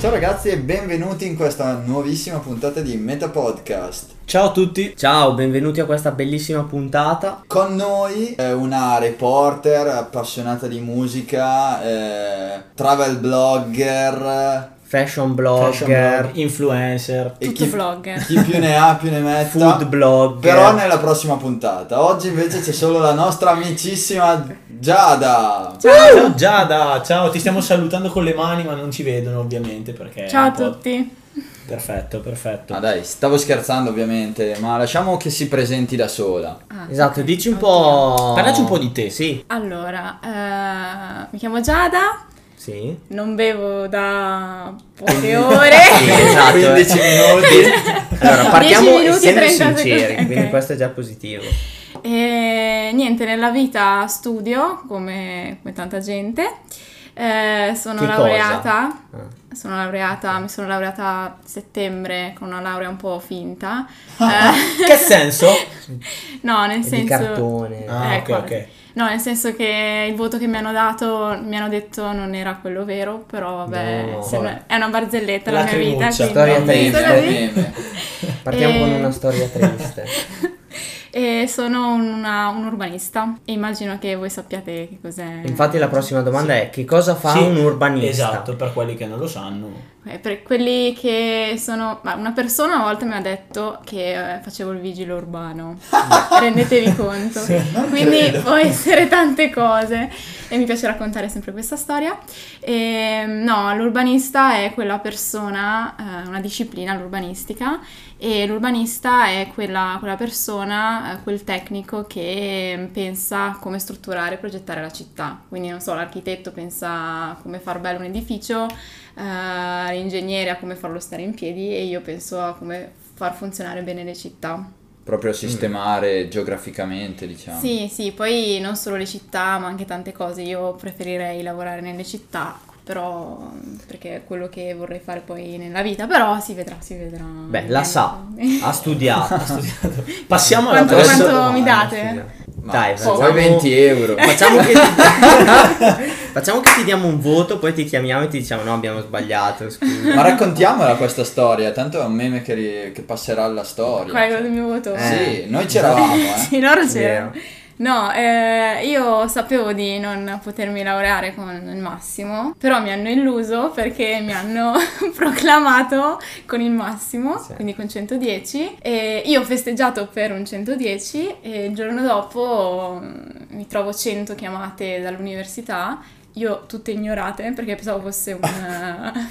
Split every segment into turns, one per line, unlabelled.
Ciao ragazzi e benvenuti in questa nuovissima puntata di Meta Podcast.
Ciao a tutti.
Ciao, benvenuti a questa bellissima puntata.
Con noi è una reporter appassionata di musica, eh, travel blogger
Fashion blogger,
Fashion blogger.
Influencer.
e
Tutto
chi,
vlogger.
chi più ne ha più ne metta.
food blogger.
Però nella prossima puntata. Oggi invece c'è solo la nostra amicissima Giada.
Ciao Giada, ciao, ti stiamo salutando con le mani, ma non ci vedono ovviamente
Eh,
perché.
Ciao
è
a
un po'-
boh.
tutti.
Perfetto, perfetto.
Ah dai, stavo scherzando ovviamente, ma lasciamo che si presenti da sola.
Ah,
Esatto,
ok,
dici un
oddio.
po'.
Parlaci un po' di te.
Sì,
Allora, eh, mi chiamo Giada,
sì.
non bevo da poche ore.
Sì, esatto.
15
eh.
minuti.
Allora,
10
partiamo
minuti e
essendo
30
sinceri,
secondi,
quindi
ok.
questo è già positivo.
E niente, nella vita studio come, come tanta gente. Eh, sono
Che cosa?
laureata.
Ah.
Sono laureata, mi sono laureata a settembre con una laurea un po' finta. Eh,
Che senso?
no, nel
Ah. È Di
senso.
cartone.
Ah,
Eh,
ok,
quasi.
ok.
No, nel senso che il voto che mi hanno dato, mi hanno detto non era quello vero, però vabbè,
No.
sembra- è una barzelletta la mia vita.
Lacrimuccia.
Quindi...
Storia
Un meme,
triste.
un meme.
Partiamo con
Eh.
una storia triste.
E sono una- un urbanista e immagino che voi sappiate che cos'è.
Infatti la prossima domanda è che cosa fa
Sì,
un urbanista?
Esatto, per quelli che non lo sanno.
Eh, Per quelli che sono... ma una persona una volta mi ha detto che eh, facevo il vigile urbano, rendetevi conto.
non
Quindi
credo.
può essere tante cose e mi piace raccontare sempre questa storia. E, no, l'urbanista è quella persona, eh, una disciplina, l'urbanistica, e l'urbanista è quella, quella persona, eh, quel tecnico che eh, pensa a come strutturare e progettare la città. Quindi, non so, l'architetto pensa a come far bello un edificio, eh, l'ingegnere a come farlo stare in piedi e io penso a come far funzionare bene le città.
Proprio sistemare geograficamente, diciamo.
Sì, sì, poi non solo le città, ma anche tante cose. Io preferirei lavorare nelle città, però mm, perché è quello che vorrei fare poi nella vita, però si vedrà, si vedrà.
Beh, la sa, ha studiato.
Passiamo alla
Quanto,
prossima.
adesso-
quanto
domanda.
mi date?
Ma
Dai,
se
facciamo-
vuoi 20 euro.
Facciamo che, facciamo che ti diamo un voto, poi ti chiamiamo e ti diciamo no, abbiamo sbagliato, scusa.
Ma raccontiamola questa storia, tanto è un meme che, ri- che passerà alla storia.
Qual è quello del mio voto?
Sì, noi c'eravamo, eh.
Sì, loro
Eh, Vero.
c'erano. No, eh, io sapevo di non potermi laureare con il massimo, però mi hanno illuso perché mi hanno proclamato con il massimo,
Sì.
quindi con 110. E io ho festeggiato per un 110 e il giorno dopo mm, mi trovo 100 chiamate dall'università. Io tutte ignorate perché pensavo fosse un,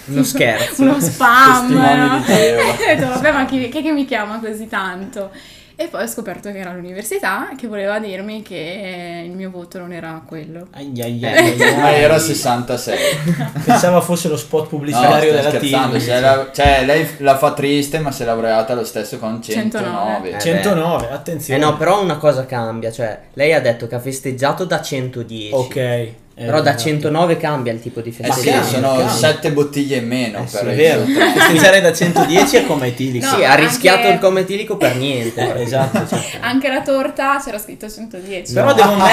Uno scherzo.
uno spam.
Testimoni
no?
di Geova.
Ho detto, vabbè, ma chi, chi è che mi chiama così tanto? E poi ho scoperto che era l'università e che voleva dirmi che eh, il mio voto non era quello.
Ai, ai, ai, ai, ai.
Ma era 66.
Pensava fosse lo spot
No,
pubblicitario
stai
della team.
scherzando. se la- cioè, lei la fa triste, ma si è laureata lo stesso con Cioè, 109.
Eh,
109,
Eh
attenzione.
no, però una cosa cambia, cioè lei ha detto che ha festeggiato da 110.
Ok. eh,
Però da
esatto.
109 cambia il tipo di
Eh sì,
festeggiamento.
cambia,
sono
cambia.
7 bottiglie in meno.
Eh sì,
per
è
il
vero.
risultato.
Festeggiare da 110 è come etilico.
No.
Sì, ha
anche-
rischiato il cometilico per niente.
Eh, esatto. sì.
Anche la torta c'era scritto 110.
Però devo, ammet-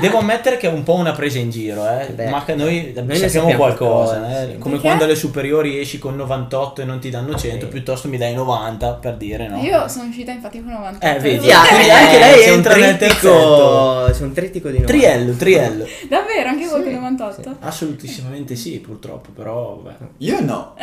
devo ammettere che è un po' una presa in giro, eh.
Beh,
ma che noi,
ne
sappiamo,
sappiamo
qualcosa, eh.
qualcosa, sì.
come
Perché?
quando alle superiori esci con 98 e non ti danno 100,
Sì.
piuttosto mi dai 90 per dire no.
Io sono uscita infatti con 90.
Eh, vedi,
Sì, ah, quindi anche lei
C'è un
entra nel
trittico.
terzo. C'è un trittico di 90.
Triello, triello.
Davvero, anche voi
Sì,
con 98?
Assolutissimamente sì, purtroppo, però vabbè.
Io no.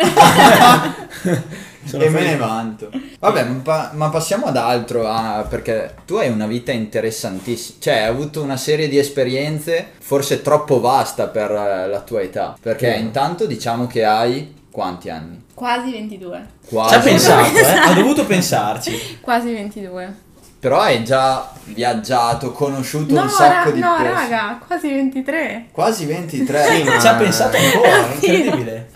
Sono
e me ne
felice.
vanto. Vabbè, ma, pa- ma passiamo ad altro, ah, perché tu hai una vita interessantissima, cioè hai avuto una serie di esperienze forse troppo vasta per eh, la tua età, perché
Sì.
intanto diciamo che hai quanti anni?
Quasi 22.
Ci ha
Quasi.
pensato, eh? ha dovuto pensarci.
Quasi 22.
Però hai già viaggiato, conosciuto
No,
un sacco
ra-
di
no,
persone.
raga, quasi 23.
Quasi 23.
Sì, ma-
Ci ha Ah. pensato ancora, Oh, è incredibile.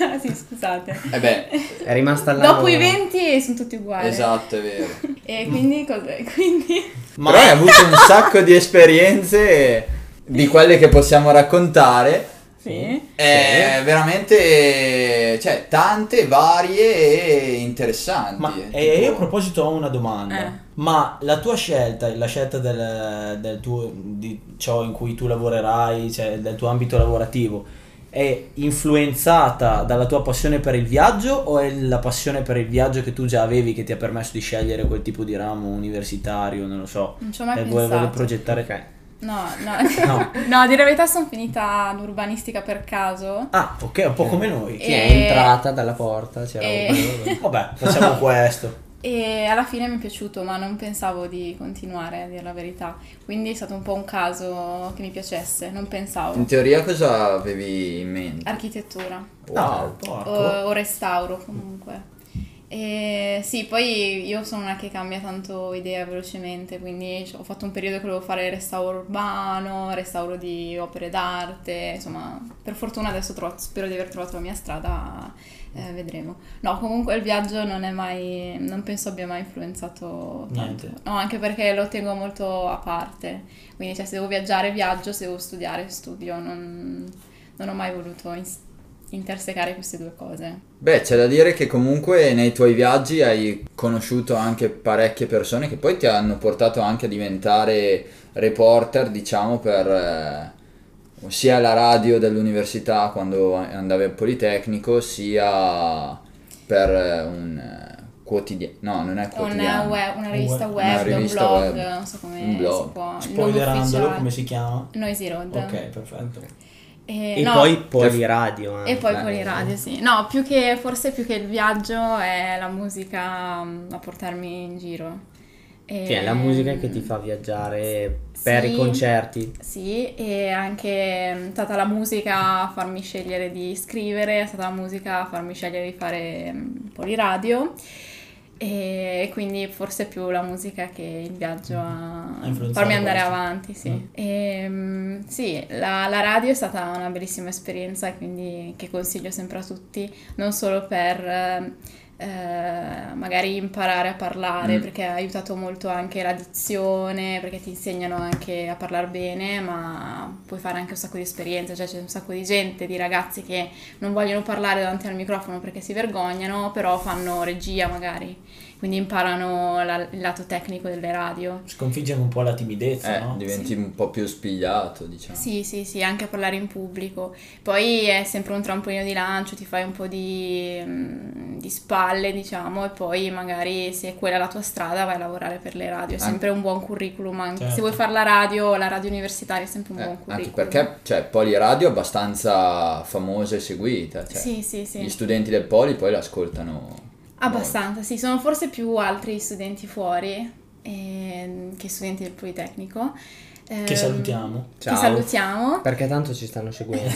Ah, sì, scusate.
Eh beh,
È rimasta là.
Dopo i 20 sono tutti uguali.
esatto, è vero.
E quindi cosa? Quindi...
Ma
Però hai avuto un sacco di esperienze di quelle che possiamo raccontare.
Sì.
È veramente, cioè, tante, varie e interessanti.
Ma
eh,
e
tipo-
io a proposito ho una domanda.
Eh.
Ma la tua scelta, la scelta del, del tuo, di ciò in cui tu lavorerai, cioè del tuo ambito lavorativo, è influenzata dalla tua passione per il viaggio o è la passione per il viaggio che tu già avevi che ti ha permesso di scegliere quel tipo di ramo universitario, non lo so,
Non ci ho mai
e vuoi- vuoi
pensato.
progettare
Ok.
No,
No.
no. no, a dire la verità sono finita all'urbanistica per caso.
Ah, ok, un po' come noi.
Eh.
Sì, è entrata dalla porta, c'era
e-
roba.
Vabbè, facciamo questo.
E alla fine mi è piaciuto, ma non pensavo di continuare, a dire la verità. Quindi è stato un po' un caso che mi piacesse, non
In
pensavo.
teoria cosa avevi in mente?
Eh,
Architettura
Ah,
Wow.
o,
porco.
o restauro comunque. E sì, poi io sono una che cambia tanto idea velocemente, quindi ho fatto un periodo che volevo fare restauro urbano, restauro di opere d'arte, insomma, per fortuna adesso ho trovato- spero di aver trovato la mia strada, eh, vedremo. No, comunque il viaggio non è mai, non penso abbia mai influenzato tanto.
Niente.
No, anche perché lo tengo molto a parte, quindi cioè, se devo viaggiare viaggio, se devo studiare studio, non, non ho mai voluto ins- intersecare queste due cose.
Beh, c'è da dire che comunque nei tuoi viaggi hai conosciuto anche parecchie persone che poi ti hanno portato anche a diventare reporter, diciamo, per eh, sia la radio dell'università quando andavi al Politecnico, sia per eh, un quotidiano. No, non è
Un
quotidiano.
web- una rivista
Una
web,
rivista
un blog,
web.
non so come
Un blog.
si può.
Spoilerandolo,
non
come si chiama?
ufficiale. Noisy Road.
Ok, perfetto.
E,
E
eh, no,
poi Poliradio. anche.
E poi
Eh.
con i radio, sì. No, più che, forse più che il viaggio è la musica mm, a portarmi in giro. E-
Sì, è la musica che ti fa viaggiare per
Sì.
i concerti.
Sì, e anche mm, è stata la musica a farmi scegliere di scrivere, è stata la musica a farmi scegliere di fare mm, poliradio. E quindi forse più la musica che il viaggio a
Ha influenzato
farmi andare
questo.
avanti, sì.
Mm.
E, mm, sì, la, la radio è stata una bellissima esperienza e quindi che consiglio sempre a tutti, non solo per eh, eh, magari imparare a parlare,
Mm.
perché ha aiutato molto anche la dizione, perché ti insegnano anche a parlare bene, ma puoi fare anche un sacco di esperienze, cioè c'è un sacco di gente, di ragazzi che non vogliono parlare davanti al microfono perché si vergognano, però fanno regia magari, quindi imparano la- il lato tecnico delle radio.
Sconfiggiamo un po' la timidezza,
Eh,
no?
diventi un po' più spigliato, diciamo.
Sì, sì, sì, anche a parlare in pubblico. Poi è sempre un trampolino di lancio, ti fai un po' di, mm, di spalle, diciamo, e poi magari se quella è la tua strada vai a lavorare per le radio. È
An-
sempre un buon curriculum, anche se
Certo.
vuoi fare la radio, la radio universitaria è sempre un
Eh,
buon curriculum.
anche perché, cioè, Poli Radio è abbastanza famosa e seguita. Cioè,
Sì, sì, sì.
Gli studenti del Poli poi l'ascoltano.
Abbastanza, sì, sono forse più altri studenti fuori ehm, che studenti del Politecnico.
Che
Ehm,
salutiamo.
Ciao.
Che salutiamo.
Perché tanto ci stanno seguendo.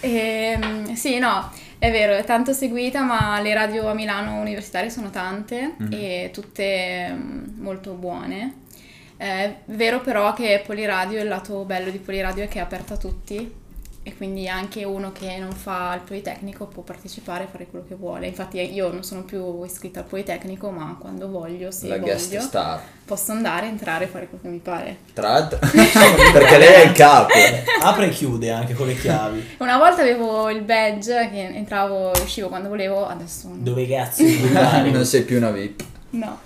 Ehm, sì, no, è vero, è tanto seguita, ma le radio a Milano universitarie sono tante
Mhm.
e tutte mm, molto buone. È vero però che Poliradio, il lato bello di Poliradio è che è aperta a tutti e quindi anche uno che non fa il Politecnico può partecipare e fare quello che vuole. Infatti eh, io non sono più iscritta al Politecnico, ma quando voglio, se
la guest
voglio,
star.
posso andare, entrare e fare quello che mi pare.
Tra l'altro, perché lei è il capo.
Apre e chiude anche con le chiavi.
Una volta avevo il badge che entravo e uscivo quando volevo, adesso no.
Dove cazzo devi andare?
non sei più una VIP.
No.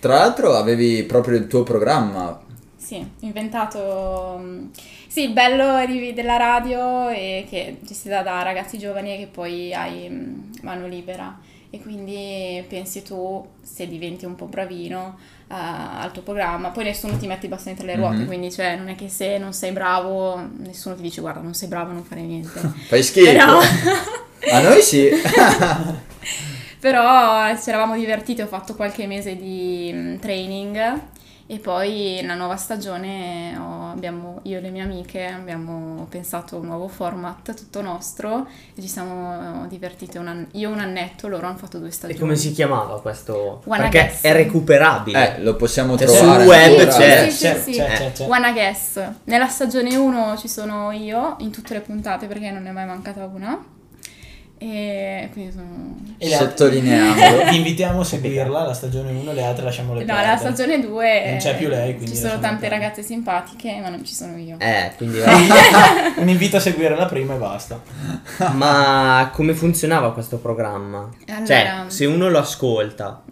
Tra l'altro, avevi proprio il tuo programma.
Sì, inventato... mm, Sì, il bello di- della radio è che gestita da ragazzi giovani e che poi hai mm, mano libera e quindi pensi tu, se diventi un po' bravino, eh, al tuo programma, poi nessuno ti mette i bastoni tra le ruote,
Mhm.
quindi cioè non è che se non sei bravo, nessuno ti dice guarda non sei bravo non fare niente.
Fai schifo.
Però...
A noi sì. Eh,
Però eh, ci eravamo divertiti, ho fatto qualche mese di mm, training e poi nella nuova stagione ho- abbiamo- io e le mie amiche abbiamo pensato un nuovo format tutto nostro e ci siamo eh, divertite un an- io un annetto, loro hanno fatto due
E
stagioni.
come si chiamava questo?
Wanna
Perché
guess.
è recuperabile.
Eh, lo possiamo
Cioè,
trovare.
sul web
ancora.
c'è.
Sì, sì,
C'è,
sì.
c'è, c'è, c'è.
Wanna Guess. Nella stagione 1 ci sono io in tutte le puntate perché non ne è mai mancata una. E quindi sono
E le altre-
Sottolineiamolo.
Vi invitiamo a seguirla, la stagione 1, le altre lasciamole
No,
perdere.
la stagione 2
Non c'è più lei, quindi
Ci sono
lasciamo
tante
perdere.
ragazze simpatiche, ma non ci sono io.
Eh, quindi va.
Un invito a seguire la prima e basta.
Ma come funzionava questo programma?
Allora- mm.
Cioè, se uno lo ascolta,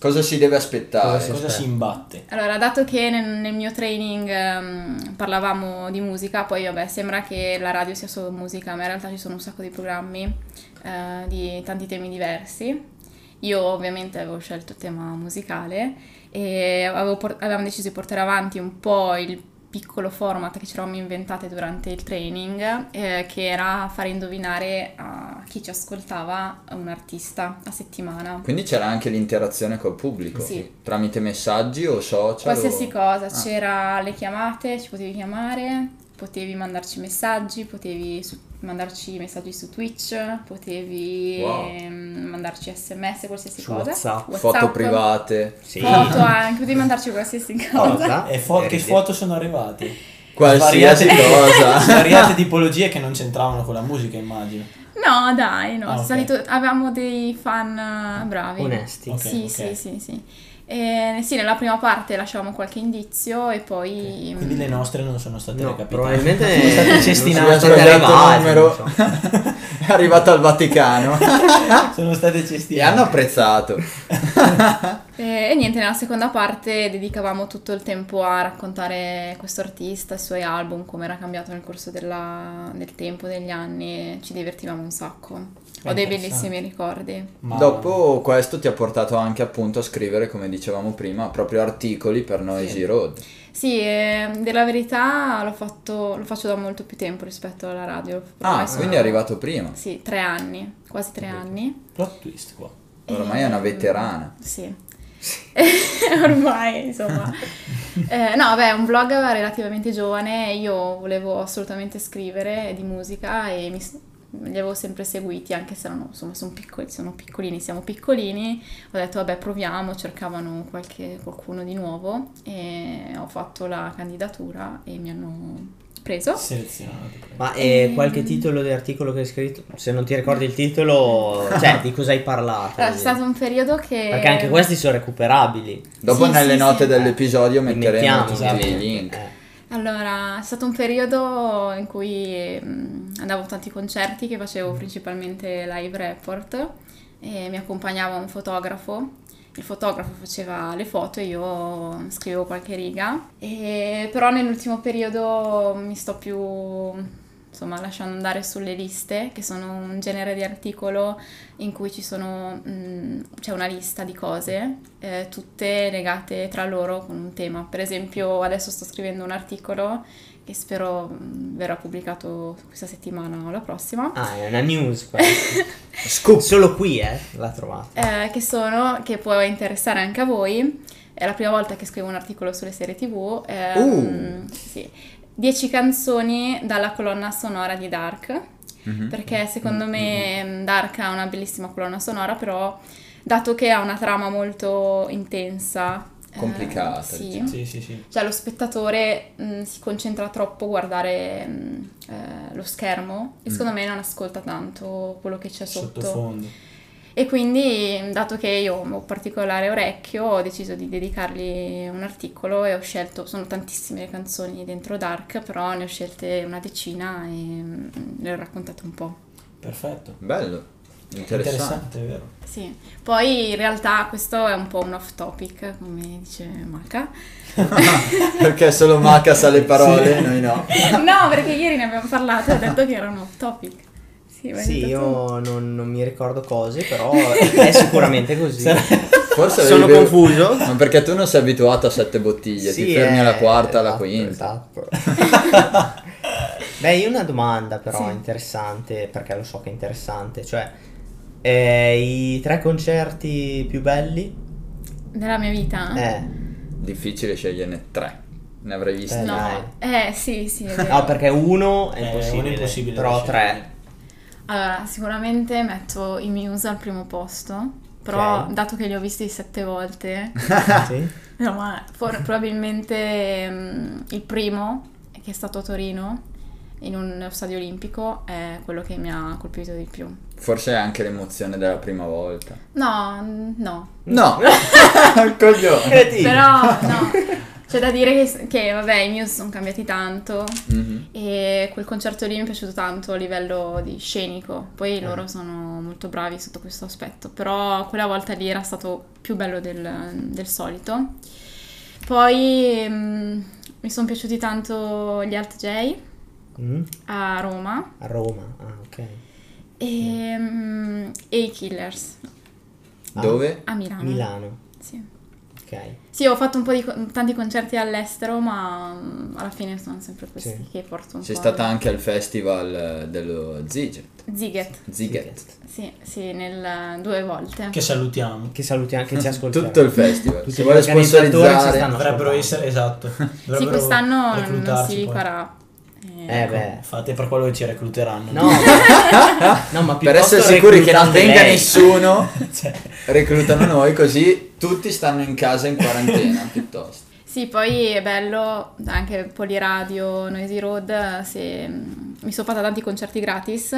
Cosa si deve aspettare?
cosa
aspetta.
si imbatte?
Allora, dato che nel, nel mio training ehm, parlavamo di musica, poi vabbè, sembra che la radio sia solo musica, ma in realtà ci sono un sacco di programmi eh, di tanti temi diversi. Io ovviamente avevo scelto il tema musicale e avevo por- avevamo deciso di portare avanti un po' il piccolo format che ci eravamo inventate durante il training, eh, che era fare indovinare a chi ci ascoltava un artista a settimana.
Quindi c'era anche l'interazione col pubblico
Sì.
tramite messaggi o social.
Qualsiasi
o-
cosa,
Ah.
c'era le chiamate, ci potevi chiamare, potevi mandarci messaggi, potevi su- mandarci messaggi su Twitch, potevi
Wow.
ehm, mandarci sms, qualsiasi
Su
cosa.
WhatsApp.
Foto private,
Sì.
Foto anche, potevi mandarci qualsiasi cosa.
Cosa?
E fo- che
Vedi.
foto sono arrivate?
qualsiasi
Svariate-
cosa.
Svariate tipologie che non c'entravano con la musica, immagino.
No, dai, no,
Ah,
sono
ok.
salito- avevamo dei fan eh, bravi.
Onesti.
Ok,
Sì,
ok.
sì, sì, sì. Eh, sì, nella prima parte lasciavamo qualche indizio e poi... mm,
Quindi le nostre non sono state
No,
recapitate.
probabilmente
sono state
non
cestinate.
sono state
arrivato
arrivate,
il numero.
non so.
È arrivato al Vaticano
sono state
e hanno
cestinate.
apprezzato.
Eh, E niente, nella seconda parte dedicavamo tutto il tempo a raccontare questo artista, i suoi album, come era cambiato nel corso della- del tempo, degli anni, ci divertivamo un sacco. Ho dei
interessante.
bellissimi ricordi.
Ma-
Dopo questo ti ha portato anche appunto a scrivere, come dicevamo prima, proprio articoli per Noisy Road.
Sì, eh, della verità l'ho fatto, lo faccio da molto più tempo rispetto alla radio.
Ah,
Ormai sono-
quindi è arrivato prima.
Sì, tre anni, quasi tre anni.
Plot twist qua.
Ormai è una veterana.
Eh, Sì. Ormai, insomma. Eh, no, beh, è un vlog relativamente giovane, io volevo assolutamente scrivere di musica e mi s- li avevo sempre seguiti, anche se erano, insomma, sono piccoli, sono piccolini, siamo piccolini. Ho detto, vabbè, proviamo, cercavano qualche- qualcuno di nuovo e ho fatto la candidatura e mi hanno preso.
Selezionate.
Ma eh,
Ehm.
qualche titolo dell'articolo che hai scritto? Se non ti ricordi il titolo, cioè di cosa hai parlato?
Allora, È stato un ehm. periodo che...
Perché anche questi sono recuperabili.
Dopo
Sì,
nelle
sì,
note
sì.
dell'episodio
Li
metteremo
mettiamo
tutti
ovviamente.
i link.
Eh.
Allora, è stato un periodo in cui mm, andavo a tanti concerti che facevo principalmente live report e mi accompagnava un fotografo. Il fotografo faceva le foto e io scrivevo qualche riga. E, però nell'ultimo periodo mi sto più insomma lasciando andare sulle liste, che sono un genere di articolo in cui ci sono, mm, c'è una lista di cose, eh, tutte legate tra loro con un tema. Per esempio, adesso sto scrivendo un articolo che spero mm, verrà pubblicato questa settimana o la prossima.
Ah, è una news qua.
Scoop!
Solo qui, eh, l'ha trovata.
eh, che sono, che può interessare anche a voi. È la prima volta che scrivo un articolo sulle serie TV. ehm, sì. 10 canzoni dalla colonna sonora di Dark.
Mhm.
Perché secondo me mm, Dark ha una bellissima colonna sonora, però dato che ha una trama molto intensa, eh,
Complicata,
sì.
diciamo.
Sì, sì, sì.
Cioè lo spettatore mm, si concentra troppo a guardare mm, eh, lo schermo e secondo me non ascolta tanto quello che c'è sotto.
Sottofondo.
E quindi, dato che io ho un particolare orecchio, ho deciso di dedicargli un articolo e ho scelto, sono tantissime le canzoni dentro Dark, però ne ho scelte una decina e mm, le ho raccontate un po'.
Perfetto.
Bello, interessante.
Interessante, è vero.
Sì, poi in realtà questo è un po' un off topic, come dice Maka.
Perché solo Maca sa le parole, noi no.
No, perché ieri ne abbiamo parlato e ho detto che era un off topic. Sì, l'hai
Sì,
detto tu.
io non, non mi ricordo cose, però è sicuramente così.
Forse avevi
Sono
bevu-
confuso.
Ma perché tu non sei abituato a sette bottiglie, ti
Sì,
fermi
eh,
alla quarta, alla
esatto,
quinta.
esatto. Beh, io ho una domanda però
Sì.
interessante, perché lo so che è interessante, cioè eh, i tre concerti più belli?
Nella mia vita?
Eh,
Difficile sceglierne tre. Ne avrei visti.
Eh, dai.
no. Eh, sì, sì. è vero.
no, perché uno è
Eh,
impossibile,
uno è impossibile
però
da
tre.
Allora, sicuramente metto i Muse al primo posto, però
Ok.
dato che li ho visti sette volte,
sì?
no, ma for- probabilmente mm, il primo, che è stato a Torino, in un stadio olimpico, è quello che mi ha colpito di più.
Forse è anche l'emozione della prima volta.
No, mm, no.
No! Coglione!
Credi?
Però, no. C'è da dire che, che, vabbè, i Muse sono cambiati tanto
Mhm.
e quel concerto lì mi è piaciuto tanto a livello di scenico. Poi loro sono molto bravi sotto questo aspetto, però quella volta lì era stato più bello del, del solito. Poi mm, mi sono piaciuti tanto gli Alt J
Mm?
a Roma
A Roma, ah, ok.
e, mm, e i Killers
Ah,
Dove?
a Milano.
Milano,
Sì.
ok.
Sì, ho fatto un po' di co- tanti concerti all'estero, ma mm, alla fine sono sempre questi
Sì.
che porto un
Sei
po'.
stata anche al festival eh, dello Ziget.
Ziget,
Ziget.
sì, sì, nel, due volte.
Che salutiamo.
Che salutiamo, anche ci ascoltiamo.
Tutto il festival.
Tutti
Se
gli
vuole
organizzatori ci
sponsorizzare.
stanno-
Dovrebbero
Ascoltati.
essere, esatto.
Sì,
dovrebbero
quest'anno non- non
reclutarci
si
poi.
farà.
Eh beh.
Ecco, Fate per quello che ci recluteranno.
No, ma- no, ma
Per
piuttosto
essere sicuri che non
reclutate
venga
lei.
nessuno,
Cioè,
reclutano noi così tutti stanno in casa in quarantena piuttosto.
Sì, poi è bello anche Poliradio, Noisy Road, se- mm, mi sono fatta tanti concerti gratis,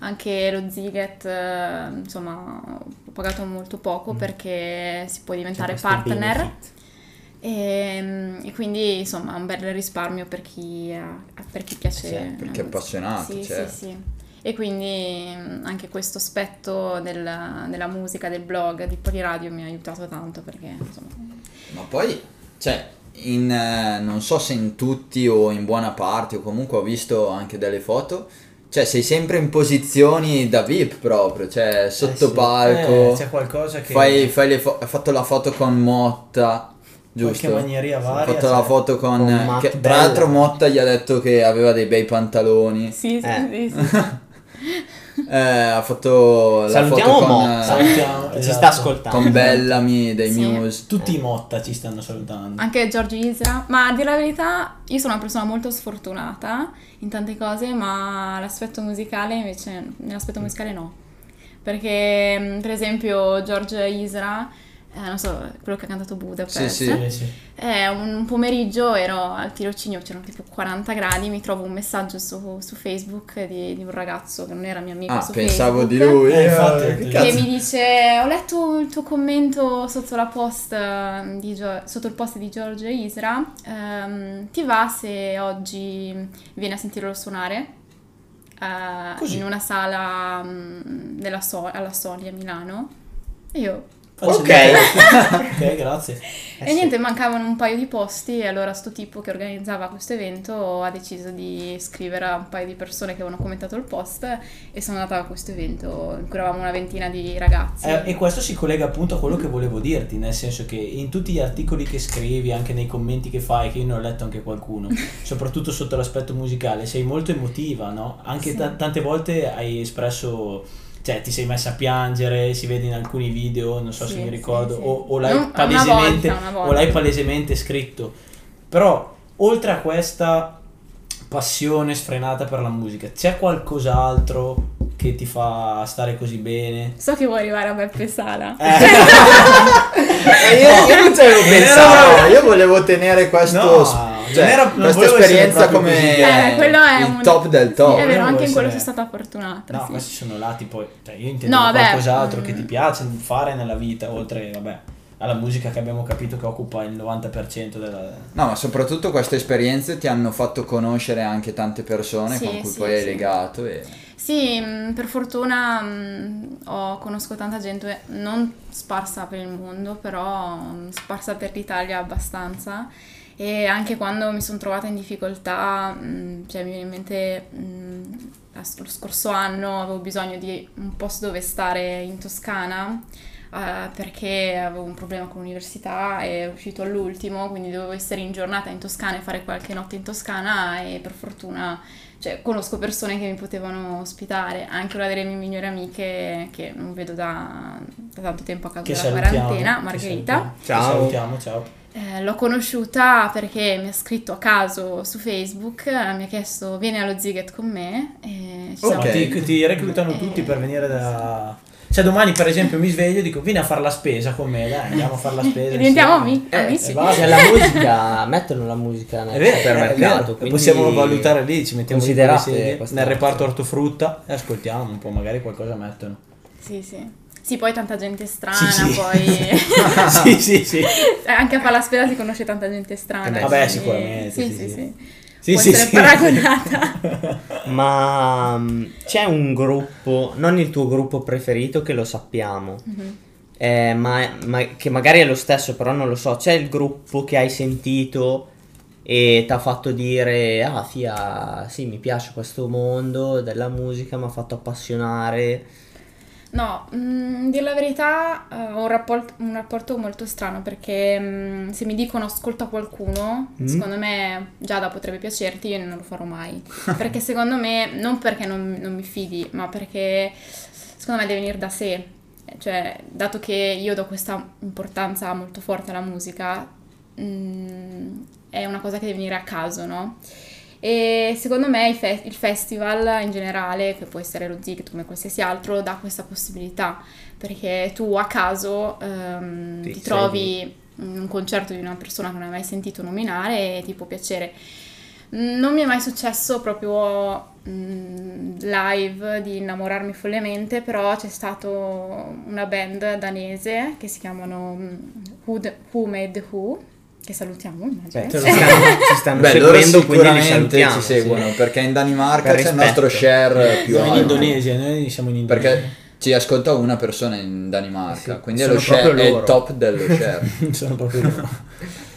anche lo Ziget, eh, insomma, ho pagato molto
Mm.
poco perché si può diventare
Cioè,
questo
partner.
benefit.
E, e quindi insomma è un bel risparmio per chi, ha- per chi piace.
Sì,
per chi è appassionato,
Sì,
certo.
sì, sì. E quindi mm, anche questo aspetto del- della musica, del blog, di Poliradio mi ha aiutato tanto perché insomma...
Ma poi, cioè, in, eh, non so se in tutti o in buona parte, o comunque ho visto anche delle foto, cioè sei sempre in posizioni da VIP proprio, cioè sotto
sì.
palco,
eh, c'è qualcosa che...
fai, fai le fo- hai fatto la foto con Motta, giusto?
Qualche manieria
Ha
varia.
fatto
cioè.
la foto con... eh,
Con Matt
che- tra
Bella.
l'altro Motta gli ha detto che aveva dei bei pantaloni,
Sì, sì,
Eh.
sì, sì.
Eh, ha fatto la
Salutiamo
foto con,
Motta.
eh,
Salutiamo,
Ci
esatto.
sta ascoltando.
con Bellamy dei
Sì.
Muse.
Tutti i Motta ci stanno salutando.
Anche Giorgio Isra. Ma a dire la verità, io sono una persona molto sfortunata in tante cose, ma l'aspetto musicale invece, nell'aspetto musicale no. Perché, mh, per esempio, Giorgio Isra, eh, non so, quello che ha cantato Budapest,
Sì, sì.
Sì, sì.
eh, un pomeriggio ero al tirocinio, c'erano tipo 40 gradi, mi trovo un messaggio su, su Facebook di, di un ragazzo che non era mio amico
Ah,
su
pensavo di
Facebook.
lui.
Eh, infatti,
eh,
che
che
Che
cazzo.
mi dice: Ho letto il tuo commento sotto la post eh, di Gio- sotto il post di Giorgio Isra. ehm, ti va se oggi vieni a sentirlo suonare? eh,
Così.
in una sala mm, della So- alla Soglia a Milano. E io.
Faccio
Ok.
vedere. ok, grazie.
Eh
e
sì.
niente, mancavano un paio di posti e allora sto tipo che organizzava questo evento ha deciso di scrivere a un paio di persone che avevano commentato il post e sono andata a questo evento in cui eravamo una ventina di ragazzi.
Eh, e questo si collega appunto a quello che volevo dirti, nel senso che in tutti gli articoli che scrivi, anche nei commenti che fai, che io ne ho letto anche qualcuno, soprattutto sotto l'aspetto musicale, sei molto emotiva, no? Anche
Sì.
ta- tante volte hai espresso, cioè ti sei messa a piangere, si vede in alcuni video, non so
Sì,
se mi
sì,
ricordo,
sì.
O, o l'hai
Non- una
palesemente,
volta, una volta.
o l'hai palesemente scritto. Però, oltre a questa passione sfrenata per la musica, c'è qualcos'altro che ti fa stare così bene?
So che vuoi arrivare a Beppe Sala.
Eh, io, io non ci avevo pensato, io volevo tenere questo,
No,
sp-
non
cioè,
era- non
questa
volevo essere
esperienza
proprio
come
così.
Eh, quello è
il
un- Eh.
top del
Sì,
top.
è vero, anche in
essere-
quello sono stata fortunata.
No,
sì.
questi sono lati poi, cioè io intendo
No, vabbè,
qualcos'altro
mm.
che ti piace fare nella vita, oltre, vabbè, alla musica che abbiamo capito che occupa il 90% della...
No, ma soprattutto queste esperienze ti hanno fatto conoscere anche tante persone
Sì,
con cui
sì,
poi hai
sì.
legato. E...
Sì, mh, per fortuna mh, ho- conosco tanta gente, non sparsa per il mondo, però mh, sparsa per l'Italia abbastanza. E anche quando mi sono trovata in difficoltà, mh, cioè mi viene in mente mh, la s- lo scorso anno avevo bisogno di un posto dove stare in Toscana. eh, perché avevo un problema con l'università e è uscito all'ultimo, quindi dovevo essere in giornata in Toscana e fare qualche notte in Toscana e per fortuna cioè, conosco persone che mi potevano ospitare, anche una delle mie migliori amiche che non vedo da, da tanto tempo a
Che
causa della
salutiamo.
quarantena,
che
Margherita.
salutiamo, che
Ciao.
salutiamo, ciao.
Eh, l'ho conosciuta perché mi ha scritto a caso su Facebook, eh, mi ha chiesto vieni allo Ziget con me. E ci
Oh,
siamo-
ma ti, ti
Eh.
reclutano tutti per venire da... Cioè domani per esempio mi sveglio e dico vieni a fare la spesa con me, dai, andiamo a fare la spesa.
Diventiamo
insieme."
ami-
Eh,
amici.
e basta.
Cioè, la musica, mettono la musica nel
È vero,
supermercato.
è vero.
quindi
Eh, possiamo valutare lì, ci mettiamo su quelle
considerate
sedie,
questa
nel
cosa.
reparto ortofrutta e ascoltiamo un po', magari qualcosa mettono.
Sì, sì. Sì, Sì, poi tanta gente strana,
Sì, sì.
Ah, poi...
sì, sì, sì.
Eh, Anche a Palaspeda si conosce tanta gente strana.
Eh beh,
quindi-
vabbè, sicuramente,
Sì,
sì,
sì, sì.
sì.
Può
Sì, sì,
essere
sì.
paragonata.
Ma mm, c'è un gruppo, non il tuo gruppo preferito che lo sappiamo,
Mhm.
eh, ma, ma- che magari è lo stesso, però non lo so. C'è il gruppo che hai sentito e ti ha fatto dire: Ah, fia, sì, mi piace questo mondo della musica, mi ha fatto appassionare.
No, mh, dir la verità, eh, ho un rapporto, un rapporto molto strano perché mh, se mi dicono ascolta qualcuno,
Mm.
secondo me Giada potrebbe piacerti, io non lo farò mai. perché secondo me, non perché non, non mi fidi, ma perché secondo me deve venire da sé. Cioè, dato che io do questa importanza molto forte alla musica, mh, è una cosa che deve venire a caso, no? E secondo me il, fe- il festival in generale, che può essere lo Zig come qualsiasi altro, dà questa possibilità perché tu a caso ehm,
Sì,
ti trovi in un concerto di una persona che non hai mai sentito nominare e ti può piacere. Mm, Non mi è mai successo proprio mm, live di innamorarmi follemente, però c'è stata una band danese che si chiamano mm, Who, D- Who Made Who, che salutiamo,
Cioè,
immagino.
ci stanno, ci stanno
Beh, loro
seguendo, quindi li
sicuramente
salutiamo.
ci
sì.
seguono perché in Danimarca
Per
c'è il
rispetto.
nostro share più
Siamo in
alto.
Indonesia, noi siamo in Indonesia.
Perché ci ascolta una persona in Danimarca,
Sì,
quindi è,
sono
lo share,
proprio
è il
loro.
top dello share.
sono proprio loro.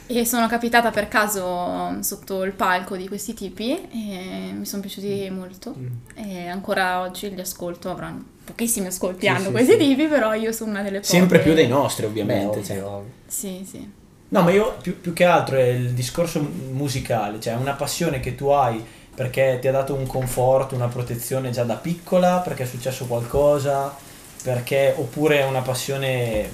E sono capitata per caso mm, sotto il palco di questi tipi e mi sono piaciuti
Mm.
molto. E ancora oggi li ascolto, avranno pochissimi ascolti
Sì,
hanno
sì,
questi
sì.
tipi, però io sono una delle poche.
Sempre più dei nostri,
Beh,
ovviamente.
ovvio,
cioè.
ovvio.
Sì, sì.
No, ma io più, più che altro è il discorso musicale, cioè una passione che tu hai perché ti ha dato un conforto, una protezione già da piccola, perché è successo qualcosa, perché oppure è una passione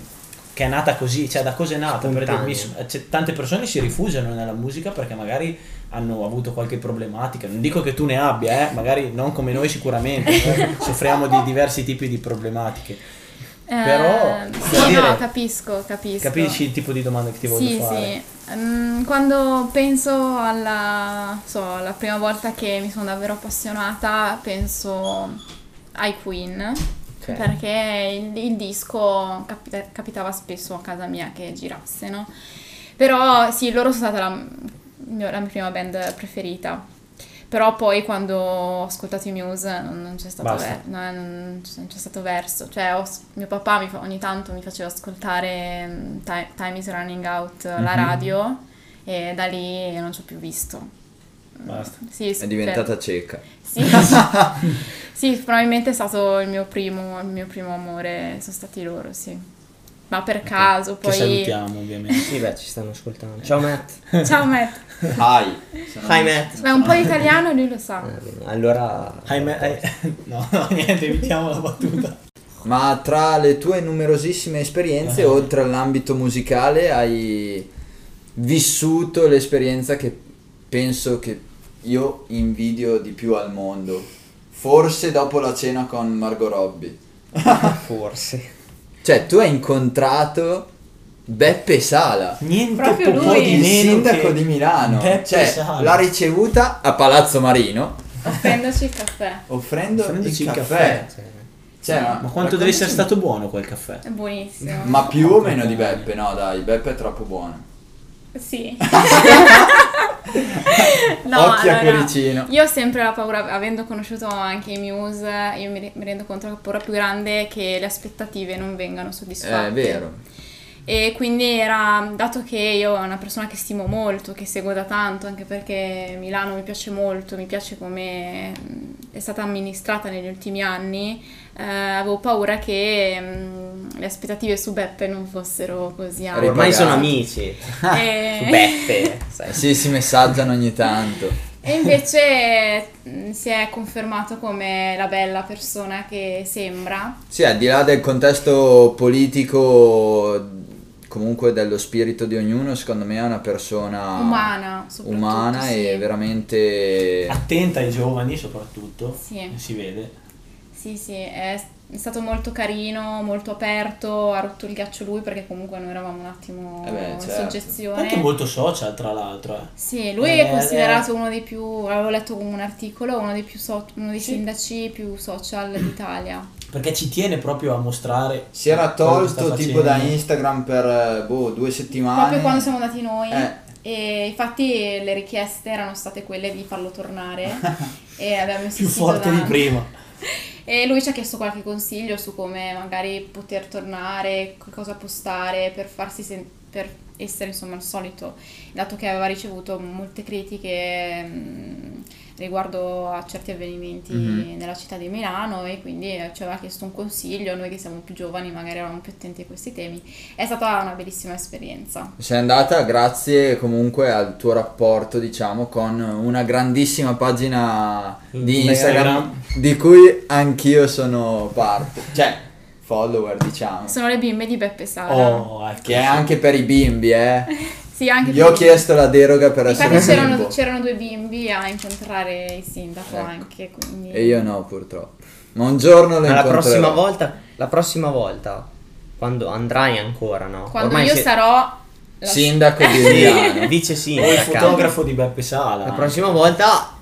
che è nata così, cioè da cosa è nata? Per
Spontanea.
dirmi, s- c'è- tante persone si rifugiano nella musica perché magari hanno avuto qualche problematica, non dico che tu ne abbia, eh, magari non come noi sicuramente, eh, soffriamo di diversi tipi di problematiche, Però,
Eh,
voglio
sì,
dire,
no, capisco, capisco.
capisci il tipo di domanda che ti voglio
Sì,
fare?
sì. Mm, quando penso alla, so, alla prima volta che mi sono davvero appassionata, penso ai Queen.
Ok.
Perché il, il disco capita- capitava spesso a casa mia che girasse, no? Però sì, loro sono stata la, mio- la mia prima band preferita. Però poi quando ho ascoltato i Muse non, non c'è stato,
Basta.
ver- no, non c'è- non c'è stato verso. Cioè, ho s- mio papà mi fa- ogni tanto mi faceva ascoltare mm, Ti- Time is Running Out, la
Mhm.
radio, e da lì non ci ho più visto.
Basta.
Sì, sì, cioè,
È diventata cieca.
sì. Sì, probabilmente è stato il mio primo, il mio primo amore, sono stati loro, sì. Ma per caso,
Che
poi...
salutiamo ovviamente.
Sì, beh, ci stanno ascoltando. Ciao Matt.
Ciao Matt,
Hi. se non-
Hi, Matt.
ma è un po' italiano lui lo sa.
Eh, bene, Allora,
Hai me- hai- no, no, niente, evitiamo la battuta.
Ma tra le tue numerosissime esperienze,
Ah.
oltre all'ambito musicale, hai vissuto l'esperienza che penso che io invidio di più al mondo. Forse dopo la cena con Margot Robbie.
forse.
Cioè, tu hai incontrato Beppe Sala.
Niente
Proprio
popò
lui.
di
il
meno
sindaco
che-
di Milano
Beppe
cioè,
Sala.
l'ha ricevuta a Palazzo Marino
Offendoci il caffè.
offrendo
Offrendoci
il
il
caffè,
caffè.
Cioè,
Cioè,
Ma quanto deve essere stato buono quel caffè?
È buonissimo.
ma più o meno di Beppe no dai Beppe è troppo buono
Sì.
Occhi a cuoricino.
Io ho sempre la paura, avendo conosciuto anche i Muse, io mi, re- mi rendo conto che la paura più grande è che le aspettative non vengano soddisfatte.
Eh, è vero
E quindi era, dato che io è una persona che stimo molto, che seguo da tanto, anche perché Milano mi piace molto, mi piace come mh, è stata amministrata negli ultimi anni, eh, avevo paura che mh, le aspettative su Beppe non fossero così alte. Eh,
Ormai
Ripagati.
sono amici.
E-
Su Beppe, sai.
Eh, sì si messaggiano ogni tanto
E invece mh, si è confermato come la bella persona che sembra.
sì al di là del contesto politico comunque dello spirito di ognuno secondo me è una persona
Umana, soprattutto.
Ah, umana
sì.
e veramente
Attenta ai giovani soprattutto,
Sì.
si vede.
Sì, sì, è- è stato molto carino, molto aperto, ha rotto il ghiaccio lui perché comunque noi eravamo un attimo
Eh beh,
in
certo.
soggezione.
Anche molto social, tra l'altro. eh.
Sì, lui
Eh,
è considerato uno dei più, avevo letto come un articolo, uno dei, più so- uno dei
Sì.
sindaci più social d'Italia.
Perché ci tiene proprio a mostrare.
Si era
quello che sta
tolto tipo da
facendo.
Instagram per eh, boh, due settimane.
Proprio quando siamo andati noi.
Eh.
E infatti le richieste erano state quelle di farlo tornare e abbiamo
Più
insistito
forte di
tanto.
prima.
E lui ci ha chiesto qualche consiglio su come magari poter tornare, che cosa postare per farsi sen- per essere insomma il solito, dato che aveva ricevuto molte critiche mh, riguardo a certi avvenimenti
Mm-hmm.
Mhm.
nella città di Milano e quindi ci aveva chiesto un consiglio, noi che siamo più giovani magari eravamo più attenti a questi temi. È stata una bellissima esperienza.
Sei andata grazie comunque al tuo rapporto, diciamo, con una grandissima pagina di Instagram,
Instagram.
di cui anch'io sono parte, cioè follower, diciamo,
Sono le bimbe di Beppe Sala.
Oh, ecco.
che è anche per i bimbi, eh.
Sì, anche
Gli ho
per-
chiesto la deroga per essere
Infatti c'erano,
bimbo
c'erano due bimbi a incontrare il sindaco
Ecco.
anche, quindi...
e io no, purtroppo. Ma un giorno lo
Ma la
incontrerò.
prossima volta, la prossima volta, quando andrai ancora, no?
Quando
Ormai
io
se-
sarò... la-
sindaco di
Sì,
Milano.
vice
O il
sindaca.
fotografo di Beppe Sala.
La prossima volta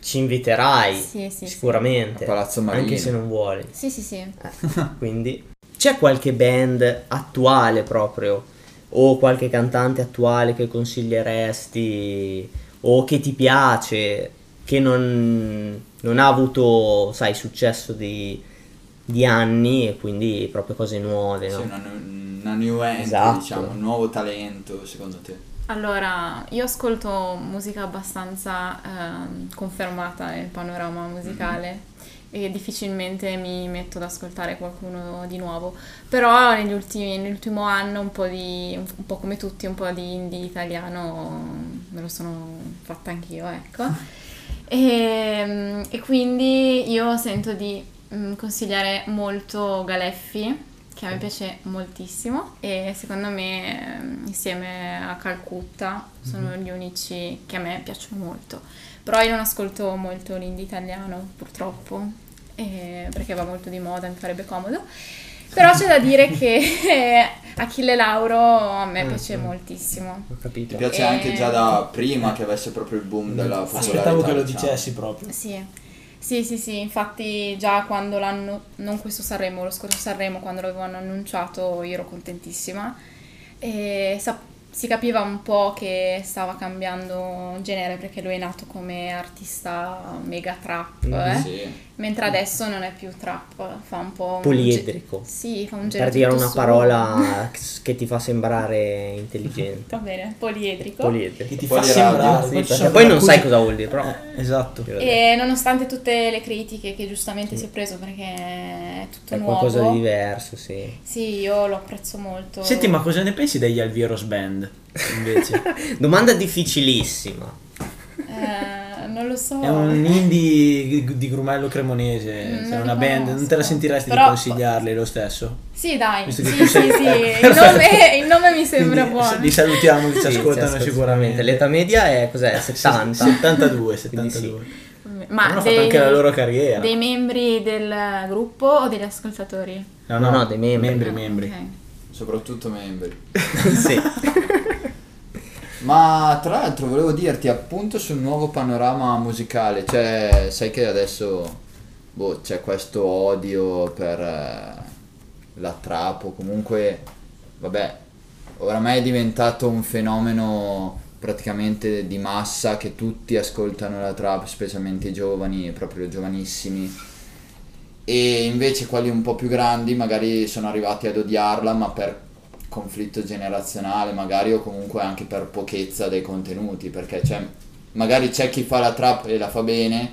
ci inviterai.
Sì, sì, sì.
sicuramente.
A Palazzo Marino.
Anche se non vuole.
Sì, sì, sì.
Eh, quindi c'è qualche band attuale proprio o qualche cantante attuale che consiglieresti o che ti piace che non, non ha avuto sai successo di, di anni e quindi proprio cose nuove no?
Sì, una, nu- una new entry,
Esatto.
diciamo, un nuovo talento, secondo te?
Allora, io ascolto musica abbastanza ehm, confermata nel panorama musicale e difficilmente mi metto ad ascoltare qualcuno di nuovo. Però negli ultimi, nell'ultimo anno un po' di un, po' come tutti, un po' di indie italiano me lo sono fatta anch'io, ecco. Ehm, E, e quindi io sento di mm, consigliare molto Galeffi, che a me piace moltissimo e secondo me mm, insieme a Calcutta sono gli unici che a me piacciono molto. Però io non ascolto molto l'indie italiano, purtroppo, eh, perché va molto di moda, mi farebbe comodo. Però c'è da dire che Achille Lauro a me
Mm,
piace
mm.
moltissimo.
ho
Ti
capito
piace
Eh.
anche già da prima che avesse proprio il
Mm.
boom della popolarità?
Aspettavo che lo
diciamo.
dicessi proprio.
Sì, sì, sì, sì, infatti già quando l'hanno, non questo Sanremo, lo scorso Sanremo, quando l'avevano annunciato io ero contentissima e sap- si capiva un po' che stava cambiando genere perché lui è nato come artista mega trap,
Mm,
eh,
Sì.
mentre adesso non è più trap, fa un po'... un
Poliedrico.
ge- sì, fa un genere
per dire
tutto
una
suo.
parola che ti fa sembrare intelligente
Va bene, poliedrico.
Che
poliedrico
ti
Poi cioè,
fa
di radio,
sembrare.
Sì,
ci
perché
sono
poi
le
non
accuse-
sai cosa vuol dire però
Eh, Esatto.
E nonostante tutte le critiche che giustamente si è preso perché è tutto
è
nuovo,
qualcosa di diverso sì
Sì, io lo apprezzo molto.
Senti, ma cosa ne pensi degli Alvieros Band? Invece,
Domanda difficilissima.
Eh, non lo so.
è un indie di- di Grumello Cremonese.
Mm,
cioè
non
una
li
band,
conosco.
non te la sentiresti
Però-
di consigliarli lo stesso?
Sì, dai.
Visto
Sì,
che
sì,
tu
sì.
sei-
Il, nome, il nome mi sembra
Quindi,
buono.
Li salutiamo che ci
Sì,
ascoltano
ascolta-
sicuramente. Eh,
L'età media è cos'è? 70.
72,
Quindi
72.
Ma
Hanno fatto
dei,
anche la loro carriera.
dei membri del gruppo o degli ascoltatori?
No,
No, no, dei membri.
Membri,
Ah,
membri.
ok.
Soprattutto membri.
sì.
Ma tra l'altro volevo dirti appunto sul nuovo panorama musicale, cioè sai che adesso boh, c'è questo odio per eh, la trap o comunque vabbè, oramai è diventato un fenomeno praticamente di massa che tutti ascoltano la trap, specialmente i giovani, proprio giovanissimi. E invece quelli un po' più grandi magari sono arrivati ad odiarla, ma per conflitto generazionale, magari o comunque anche per pochezza dei contenuti, perché c'è, magari c'è chi fa la trap e la fa bene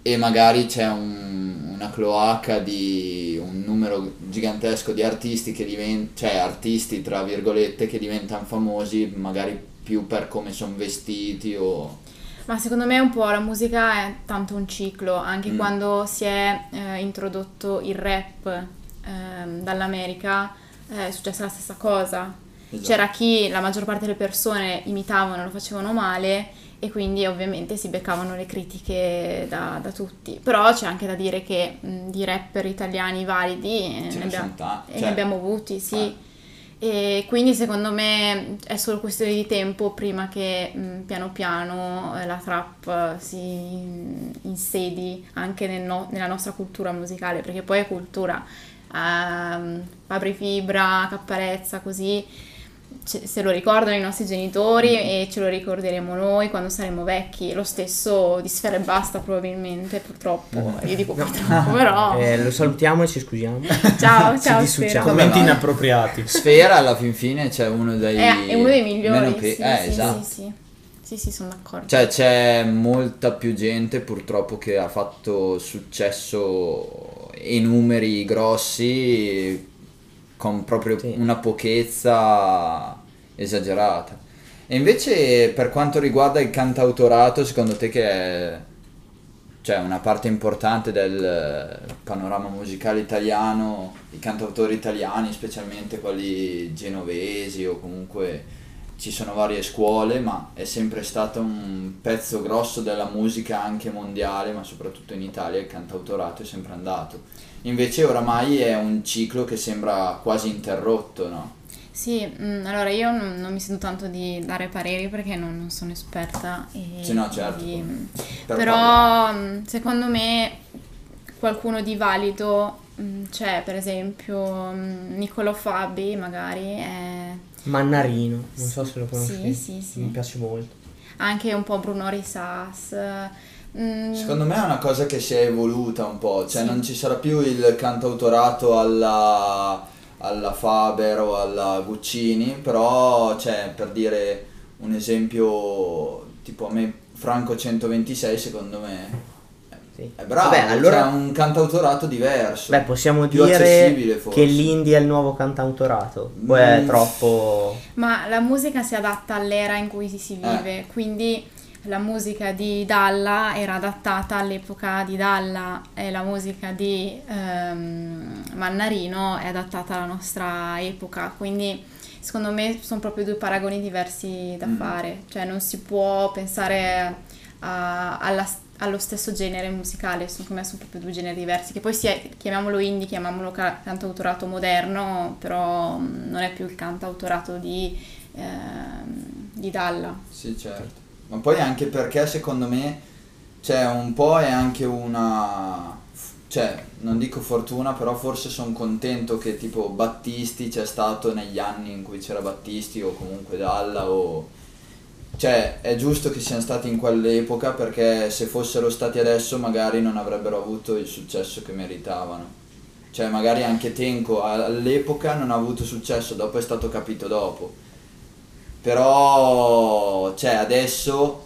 e magari c'è un- una cloaca di un numero gigantesco di artisti che diventano, cioè artisti tra virgolette che diventano famosi magari più per come sono vestiti o...
Ma secondo me un po' la musica è tanto un ciclo, anche
Mm.
quando si è eh, introdotto il rap ehm, dall'America eh, è successa la stessa cosa.
Esatto.
C'era chi, la maggior parte delle persone, imitavano, lo facevano male e quindi ovviamente si beccavano le critiche da, da tutti. Però c'è anche da dire che mh, di rapper italiani validi eh,
Ce
ne
ne sono
abbiamo,
tanti,
e ne
cioè- eh.
abbiamo avuti, sì. E quindi secondo me è solo questione di tempo prima che mh, piano piano eh, la trap eh, si insedi anche nel no- nella nostra cultura musicale, perché poi è cultura. Ehm, Fabri Fibra, Capparezza, così ce- se lo ricordano i nostri genitori e ce lo ricorderemo noi quando saremo vecchi. Lo stesso di Sfera e Basta probabilmente, purtroppo. Io dico purtroppo, però...
Eh, lo salutiamo e ci scusiamo.
Oh. Ciao,
ci
ciao
dissociamo.
Sfera.
Commenti
Vabbè, vai.
inappropriati.
Sfera alla fin fine c'è uno dei...
Eh, È, è uno dei migliori.
meno pe-
sì,
eh,
sì,
esatto.
sì, sì. Sì, sì, sono d'accordo.
Cioè c'è molta più gente purtroppo che ha fatto successo e numeri grossi con proprio
Sì.
una pochezza esagerata. E invece per quanto riguarda il cantautorato, secondo te che è cioè, una parte importante del panorama musicale italiano, i cantautori italiani, specialmente quelli genovesi o comunque ci sono varie scuole, ma è sempre stato un pezzo grosso della musica anche mondiale, ma soprattutto in Italia il cantautorato è sempre andato. Invece oramai è un ciclo che sembra quasi interrotto, no?
Sì, mm, allora io non, non mi sento tanto di dare pareri perché non, non sono esperta. E
Sì, no, certo.
quindi- mm,
Per
però mm, secondo me qualcuno di valido mm, c'è, per esempio mm, Niccolò Fabi magari è
Mannarino, non so se lo conosci.
Sì, sì, sì.
Mi piace molto.
anche un po' Bruno Risas. mm,
Secondo me è una cosa che si è evoluta un po', cioè
Sì.
non ci sarà più il cantautorato alla, alla Faber o alla Guccini, però cioè, per dire un esempio, tipo a me Franco 126 secondo me
Sì.
è bravo,
Vabbè, allora-
cioè, è un cantautorato diverso.
Beh, possiamo
Più accessibile,
dire
forse.
che l'indie è il nuovo cantautorato. Poi è
Mm.
troppo.
Ma la musica si adatta all'era in cui si, si
Eh.
vive, quindi la musica di Dalla era adattata all'epoca di Dalla e la musica di ehm, Mannarino è adattata alla nostra epoca, quindi secondo me sono proprio due paragoni diversi da
Mm.
fare, cioè non si può pensare a- alla- allo stesso genere musicale, secondo me sono proprio due generi diversi, che poi sia, chiamiamolo indie, chiamiamolo ca- cantautorato moderno, però mm, non è più il cantautorato di, ehm, di Dalla.
Sì, certo. Ma poi anche perché secondo me, cioè, un po' è anche una... Cioè, non dico fortuna, però forse sono contento che tipo Battisti c'è stato negli anni in cui c'era Battisti o comunque Dalla o... Cioè, è giusto che siano stati in quell'epoca perché se fossero stati adesso magari non avrebbero avuto il successo che meritavano. Cioè, magari anche Tenco all'epoca non ha avuto successo, dopo è stato capito dopo. Però, cioè, adesso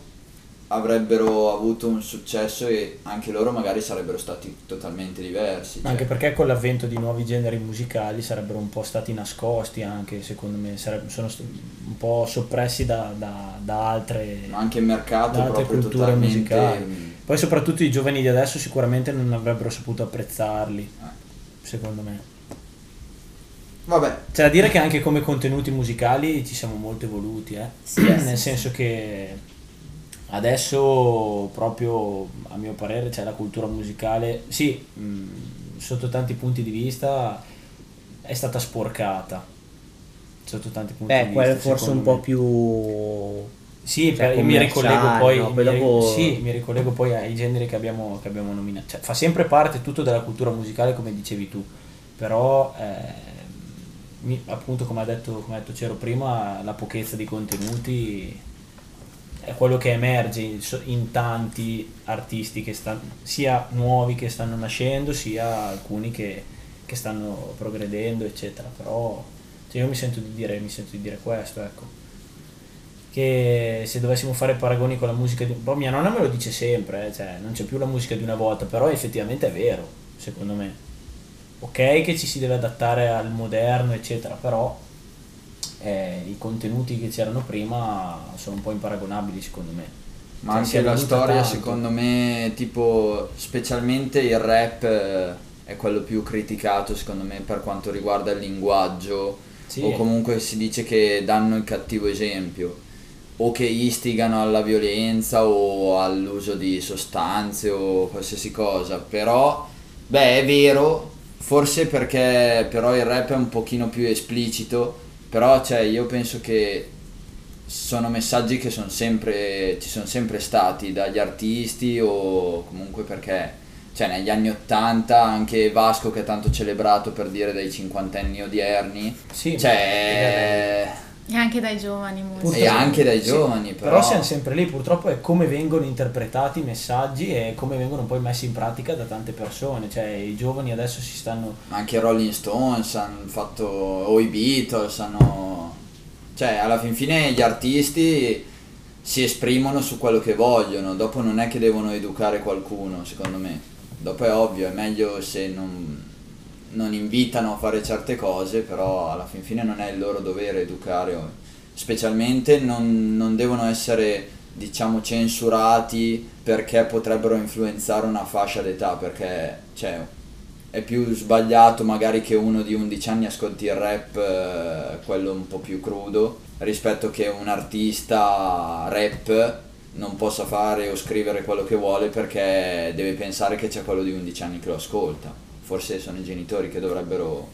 avrebbero avuto un successo e anche loro magari sarebbero stati totalmente diversi. cioè.
Anche perché con l'avvento di nuovi generi musicali sarebbero un po' stati nascosti, anche secondo me, sareb- sono st- un po' soppressi da, da- da altre.
Ma anche il mercato
Da
è
altre
proprio
culture
totalmente...
musicali.
mm,
Poi soprattutto i giovani di adesso sicuramente non avrebbero saputo apprezzarli, secondo me.
Eh. Vabbè,
C'è da dire che anche come contenuti musicali ci siamo molto evoluti, eh.
Sì,
nel
sì,
senso che adesso proprio a mio parere c'è la cultura musicale, sì, mh, sotto tanti punti di vista è stata sporcata. Sotto tanti punti di
Beh,
vista.
quello Eh, forse un
secondo
po'
me.
più.
Sì,
cioè,
per- io mi ricollego
commerciali,
poi,
no?
mi
Poi
ri-
dopo-
sì, mi ricollego poi ai generi che abbiamo, che abbiamo nominato. Cioè, fa sempre parte tutto della cultura musicale, come dicevi tu, però eh, mi- appunto come ha detto, come ha detto Cero prima, la pochezza di contenuti è quello che emerge in, so- in tanti artisti che stanno, sia nuovi che stanno nascendo, sia alcuni che, che stanno progredendo, eccetera. Però cioè, io mi sento di dire, mi sento di dire questo, ecco che se dovessimo fare paragoni con la musica di... Boh, mia nonna me lo dice sempre, eh, cioè, non c'è più la musica di una volta, però effettivamente è vero, secondo me. Ok che ci si deve adattare al moderno, eccetera, però eh, i contenuti che c'erano prima sono un po' imparagonabili, secondo me.
ma
Cioè, si
anche
è
la
evoluta
storia
tanto.
secondo me, tipo, specialmente il rap eh, è quello più criticato secondo me per quanto riguarda il linguaggio
Sì.
o comunque si dice che danno il cattivo esempio o che istigano alla violenza o all'uso di sostanze o qualsiasi cosa, però beh, è vero, forse perché però il rap è un pochino più esplicito, però cioè io penso che sono messaggi che son sempre, ci sono sempre stati dagli artisti o comunque perché cioè negli anni 80 anche Vasco che è tanto celebrato per dire dai cinquantenni odierni
Sì,
cioè
E anche dai giovani molto.
e anche dai giovani
però...
però
siamo sempre lì, purtroppo è come vengono interpretati i messaggi e come vengono poi messi in pratica da tante persone, cioè i giovani adesso si stanno...
Ma anche i Rolling Stones hanno fatto o i Beatles hanno cioè alla fin fine gli artisti si esprimono su quello che vogliono dopo non è che devono educare qualcuno secondo me dopo è ovvio è meglio se non, non invitano a fare certe cose però alla fin fine non è il loro dovere educare o- specialmente non, non devono essere diciamo censurati perché potrebbero influenzare una fascia d'età perché cioè è più sbagliato magari che uno di 11 anni ascolti il rap, eh, quello un po' più crudo, rispetto che un artista rap non possa fare o scrivere quello che vuole perché deve pensare che c'è quello di 11 anni che lo ascolta. Forse sono i genitori che dovrebbero,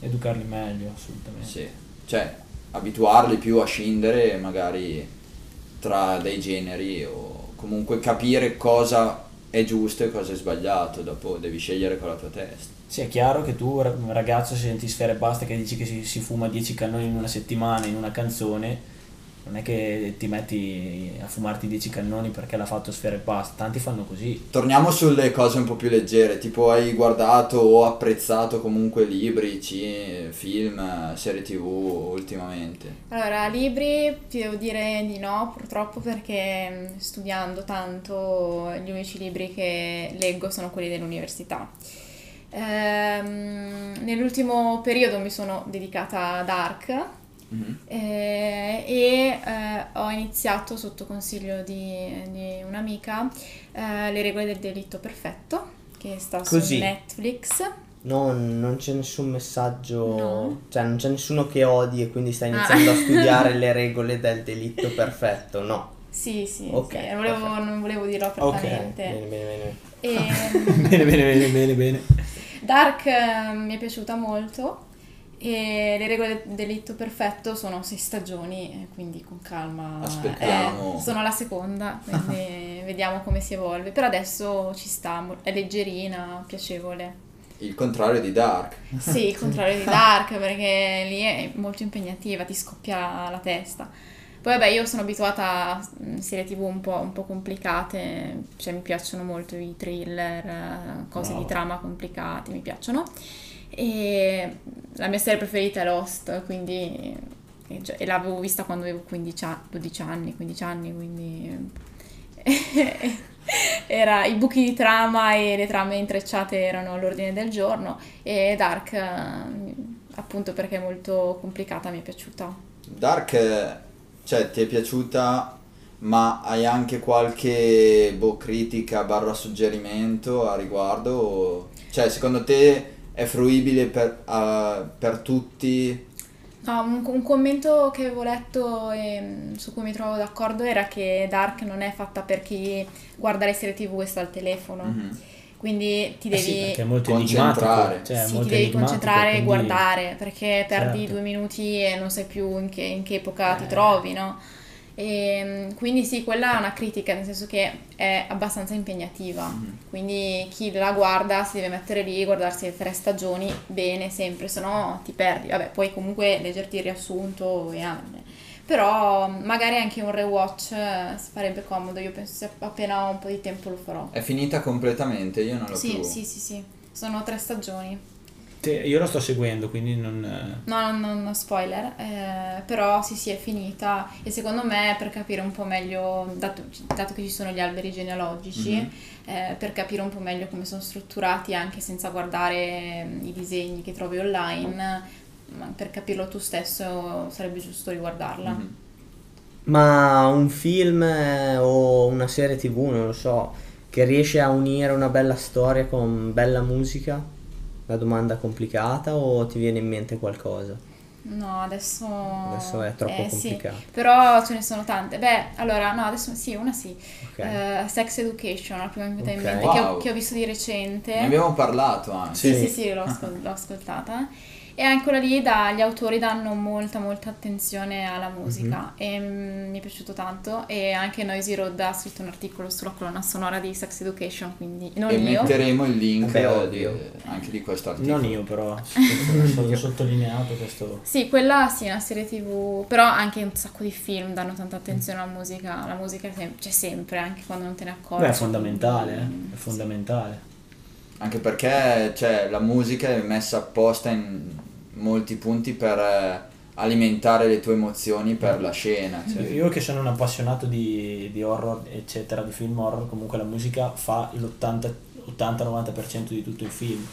educarli meglio, assolutamente.
sì, cioè, abituarli più a scindere magari tra dei generi o comunque capire cosa è giusto e cosa è sbagliato, dopo devi scegliere con la tua testa.
Sì, è chiaro che tu, ra- ragazzo, se senti sfere e basta che dici che si, si fuma 10 cannoni in una settimana in una canzone, non è che ti metti a fumarti 10 cannoni perché l'ha fatto sfere e basta, tanti fanno così.
Torniamo sulle cose un po' più leggere, tipo hai guardato o apprezzato comunque libri, ci- film, serie tv ultimamente?
Allora, libri devo dire di no, purtroppo, perché mh, studiando tanto gli unici libri che leggo sono quelli dell'università. Ehm, nell'ultimo periodo mi sono dedicata ad ARC eh, e eh, ho iniziato sotto consiglio di, di un'amica eh, Le regole del delitto perfetto, che sta
Così.
su Netflix.
No, non c'è nessun messaggio,
No.
cioè non c'è nessuno che odi e quindi sta iniziando
Ah.
a studiare le regole del delitto perfetto, no.
Sì, sì,
Ok,
sì, volevo-
perfetto.
non volevo dirlo
Ok,
apertamente.
Bene, bene, bene.
E-
bene, bene, bene, bene, bene.
Dark eh, mi è piaciuta molto e le regole del delitto perfetto sono sei stagioni, eh, quindi con calma.
Aspettiamo.
Eh, sono la seconda, quindi vediamo come si evolve. Per adesso ci sta, mo- è leggerina, piacevole.
Il contrario di Dark.
Sì, il contrario di Dark perché lì è molto impegnativa, ti scoppia la testa. Poi vabbè, io sono abituata a mm, serie tv un po', un po' complicate, cioè mi piacciono molto i thriller, eh, cose
Brava.
di trama complicate, mi piacciono. E la mia serie preferita è Lost, quindi e già- e l'avevo vista quando avevo 15 a- 12 anni, 15 anni, quindi era, i buchi di trama e le trame intrecciate erano l'ordine del giorno e Dark, eh, appunto perché è molto complicata, mi è piaciuta.
Dark, eh, cioè, ti è piaciuta, ma hai anche qualche boh, critica barra suggerimento a riguardo? O- Cioè, secondo te è fruibile per, a- per tutti?
No, un, un commento che avevo letto e mm, su cui mi trovo d'accordo era che Dark non è fatta per chi guarda le serie TV e sta al telefono,
Mhm.
quindi ti
Mm-hmm. Eh sì,
devi,
perché è molto
concentrare.
enigmatico. Cioè, è
sì,
molto
ti devi
enigmatico,
concentrare e
quindi-
guardare perché perdi
Certo.
due minuti e non sai più in che, in che epoca ti
Eh.
trovi, no? E, mm, quindi sì, quella è una critica, nel senso che è abbastanza impegnativa.
Mm-hmm.
Mhm.
Quindi chi la guarda si deve mettere lì, guardarsi le tre stagioni bene sempre, se no ti perdi. Vabbè, puoi comunque leggerti il riassunto e anche. Però mm, magari anche un rewatch eh, farebbe comodo, io penso se appena ho un po' di tempo lo farò.
È finita completamente, io non l'ho
Sì,
più.
sì, sì, sì. Sono tre stagioni.
Te- io lo sto seguendo, quindi non... eh,
No, no, no, no, spoiler, eh, però sì, sì, è finita e secondo me per capire un po' meglio, dato, dato che ci sono gli alberi genealogici,
Mhm.
eh, per capire un po' meglio come sono strutturati anche senza guardare mm, i disegni che trovi online, ma per capirlo tu stesso sarebbe giusto riguardarla.
Mhm.
Ma un film eh, o una serie tv, non lo so, che riesce a unire una bella storia con bella musica? Una domanda complicata o ti viene in mente qualcosa?
No, adesso...
Adesso è troppo
eh, sì.
complicato.
Però ce ne sono tante. Beh, allora, no, adesso sì, una sì.
Ok.
Eh, Sex Education, la prima che mi è venuta in
Ok.
mente, che, ho,
Wow.
che ho visto di recente.
Ne abbiamo parlato anche.
Sì, sì, sì, l'ho,
Ah.
ascol- l'ho ascoltata. E ancora lì da- gli autori danno molta, molta attenzione alla
Mhm.
musica e mm, mi è piaciuto tanto. E anche Noisy Road ha scritto un articolo sulla colonna sonora di Sex Education, quindi non
E
io.
metteremo il link
Vabbè,
eh,
ovvio.
di- anche di questo articolo.
Non io però, è stato sottolineato questo...
Sì, quella sì, è una serie tv, però anche un sacco di film danno tanta attenzione alla musica, la musica è sem- c'è sempre, anche quando non te ne accorgi.
Beh, è fondamentale, eh, è
Sì.
fondamentale.
Anche perché cioè, la musica è messa apposta in molti punti per eh, alimentare le tue emozioni per la scena. cioè.
Io che sono un appassionato di, di horror, eccetera, di film horror, comunque la musica fa l'80-90% di tutto il film.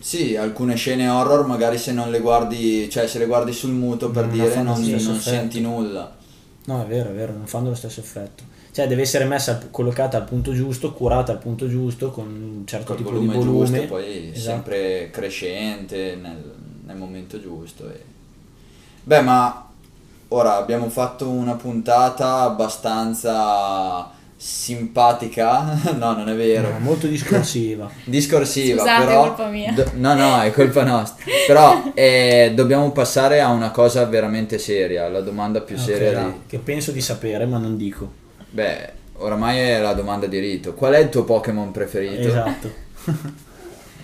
Sì, alcune scene horror magari se non le guardi, cioè se le guardi sul muto per
Non
dire
fanno certo.
non,
lo stesso
non
effetto.
senti nulla.
No, è vero, è vero, non fanno lo stesso effetto. Cioè, deve essere messa, al- collocata al punto giusto, curata al punto giusto, con un certo
Col
tipo
volume,
di volume.
giusto e poi
Esatto.
sempre crescente nel, nel momento giusto. e- Beh, ma ora abbiamo fatto una puntata abbastanza simpatica. no, non è vero.
No, molto discorsiva.
discorsiva,
Scusate,
però...
è colpa mia.
do- no, no, è colpa nostra. Però eh, dobbiamo passare a una cosa veramente seria, la domanda più seria.
Ok,
di-
Che penso di sapere, ma non dico.
Beh, oramai è la domanda di rito. Qual è il tuo Pokémon preferito?
Esatto.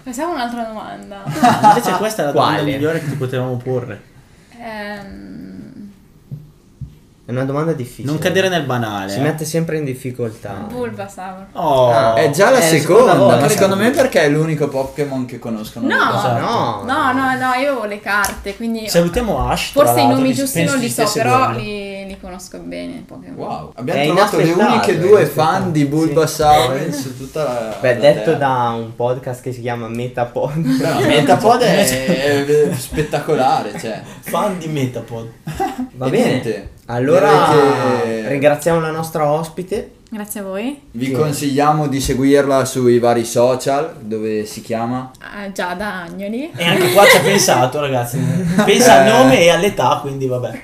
Passiamo a un'altra domanda.
Invece questa è la domanda
Quale?
migliore che ti potevamo porre.
ehm,
È una domanda difficile.
Non cadere nel banale.
Si
eh.
mette sempre in difficoltà.
Bulbasaur.
Oh,
Ah,
È già la
È la
seconda,
seconda volta.
ma secondo me perché è l'unico Pokémon che conoscono.
No,
Esatto.
No.
no, no, no, io ho le carte,
eh.
quindi...
Salutiamo Ash. tra
Forse i
l'altro,
nomi
che
giusti
penso
non
ci
li so,
stesse
però
seguendo.
li, li conosco bene. i Pokémon.
Wow, abbiamo
È
trovato le
inaspettato,
uniche
è
due
inaspettato,
fan di
sì.
Bulbasaur su tutta la
Beh,
la
detto
terra.
da un podcast che si chiama Metapod.
No, Metapod è, è spettacolare, cioè.
Fan di Metapod.
Va
E
bene.
niente,
Allora
direi che-
ringraziamo la nostra ospite.
Grazie a voi.
Vi consigliamo di seguirla sui vari social, dove si chiama?
Ah, Giada Agnoli.
E anche qua ci ha pensato, ragazzi. Pensa al
Eh.
nome e all'età, quindi vabbè.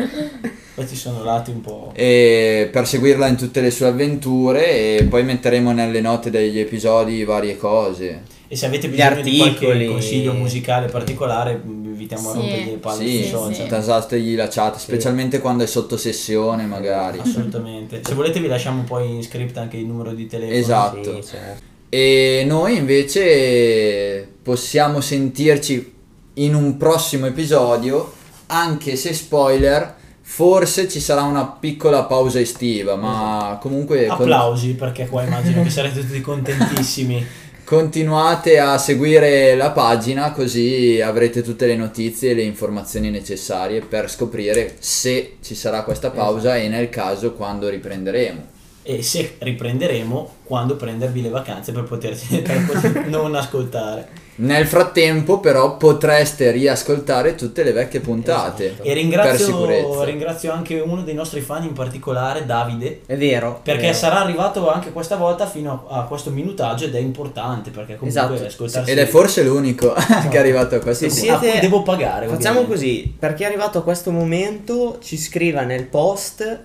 Poi ci sono lati un po'.
E per seguirla in tutte le sue avventure e poi metteremo nelle note degli episodi varie cose.
E se avete bisogno di qualche
articoli.
consiglio musicale particolare, vi invitiamo a
Sì.
rompergli le palle
sì,
sui social.
sì.
tasategli la chat, specialmente quando è sotto sessione magari.
Ah,
Assolutamente. Se volete vi lasciamo poi in script anche il numero di telefono.
Esatto.
Sì, certo.
E noi invece possiamo sentirci in un prossimo episodio, anche se spoiler, forse ci sarà una piccola pausa estiva, ma comunque con-
Esatto. Applausi perché qua immagino che sarete tutti contentissimi.
continuate a seguire la pagina così avrete tutte le notizie e le informazioni necessarie per scoprire se ci sarà questa pausa
Esatto.
e nel caso quando riprenderemo.
E se riprenderemo, quando prendervi le vacanze per poterci per poter non ascoltare.
Nel frattempo, però, potreste riascoltare tutte le vecchie puntate.
Esatto. E
per
ringrazio,
sicurezza.
ringrazio anche uno dei nostri fan in particolare, Davide,
È vero.
Perché
è vero.
sarà arrivato anche questa volta fino a, a questo minutaggio ed è importante perché comunque
Esatto.
ascoltarsi
Ed è forse l'unico che è arrivato a questo
Se
punto.
a cui
siete,
devo pagare,
Facciamo
ovviamente.
così: per chi è arrivato a questo momento, ci scriva nel post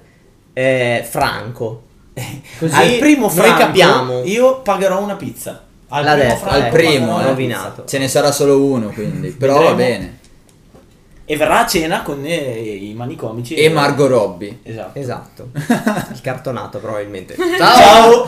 eh, Franco. Così
al primo
noi
franco
capiamo.
io pagherò una pizza. Al
L'ha
primo
detto,
franco
al primo,
pagherò
eh.
una
Rovinato.
Ce ne sarà solo uno, quindi. Però va
Vedremo.
bene.
pizza. E verrà a cena con eh, i manicomici.
E Margot Robbie.
Esatto.
Esatto. Il cartonato, probabilmente.
Ciao.
Ciao.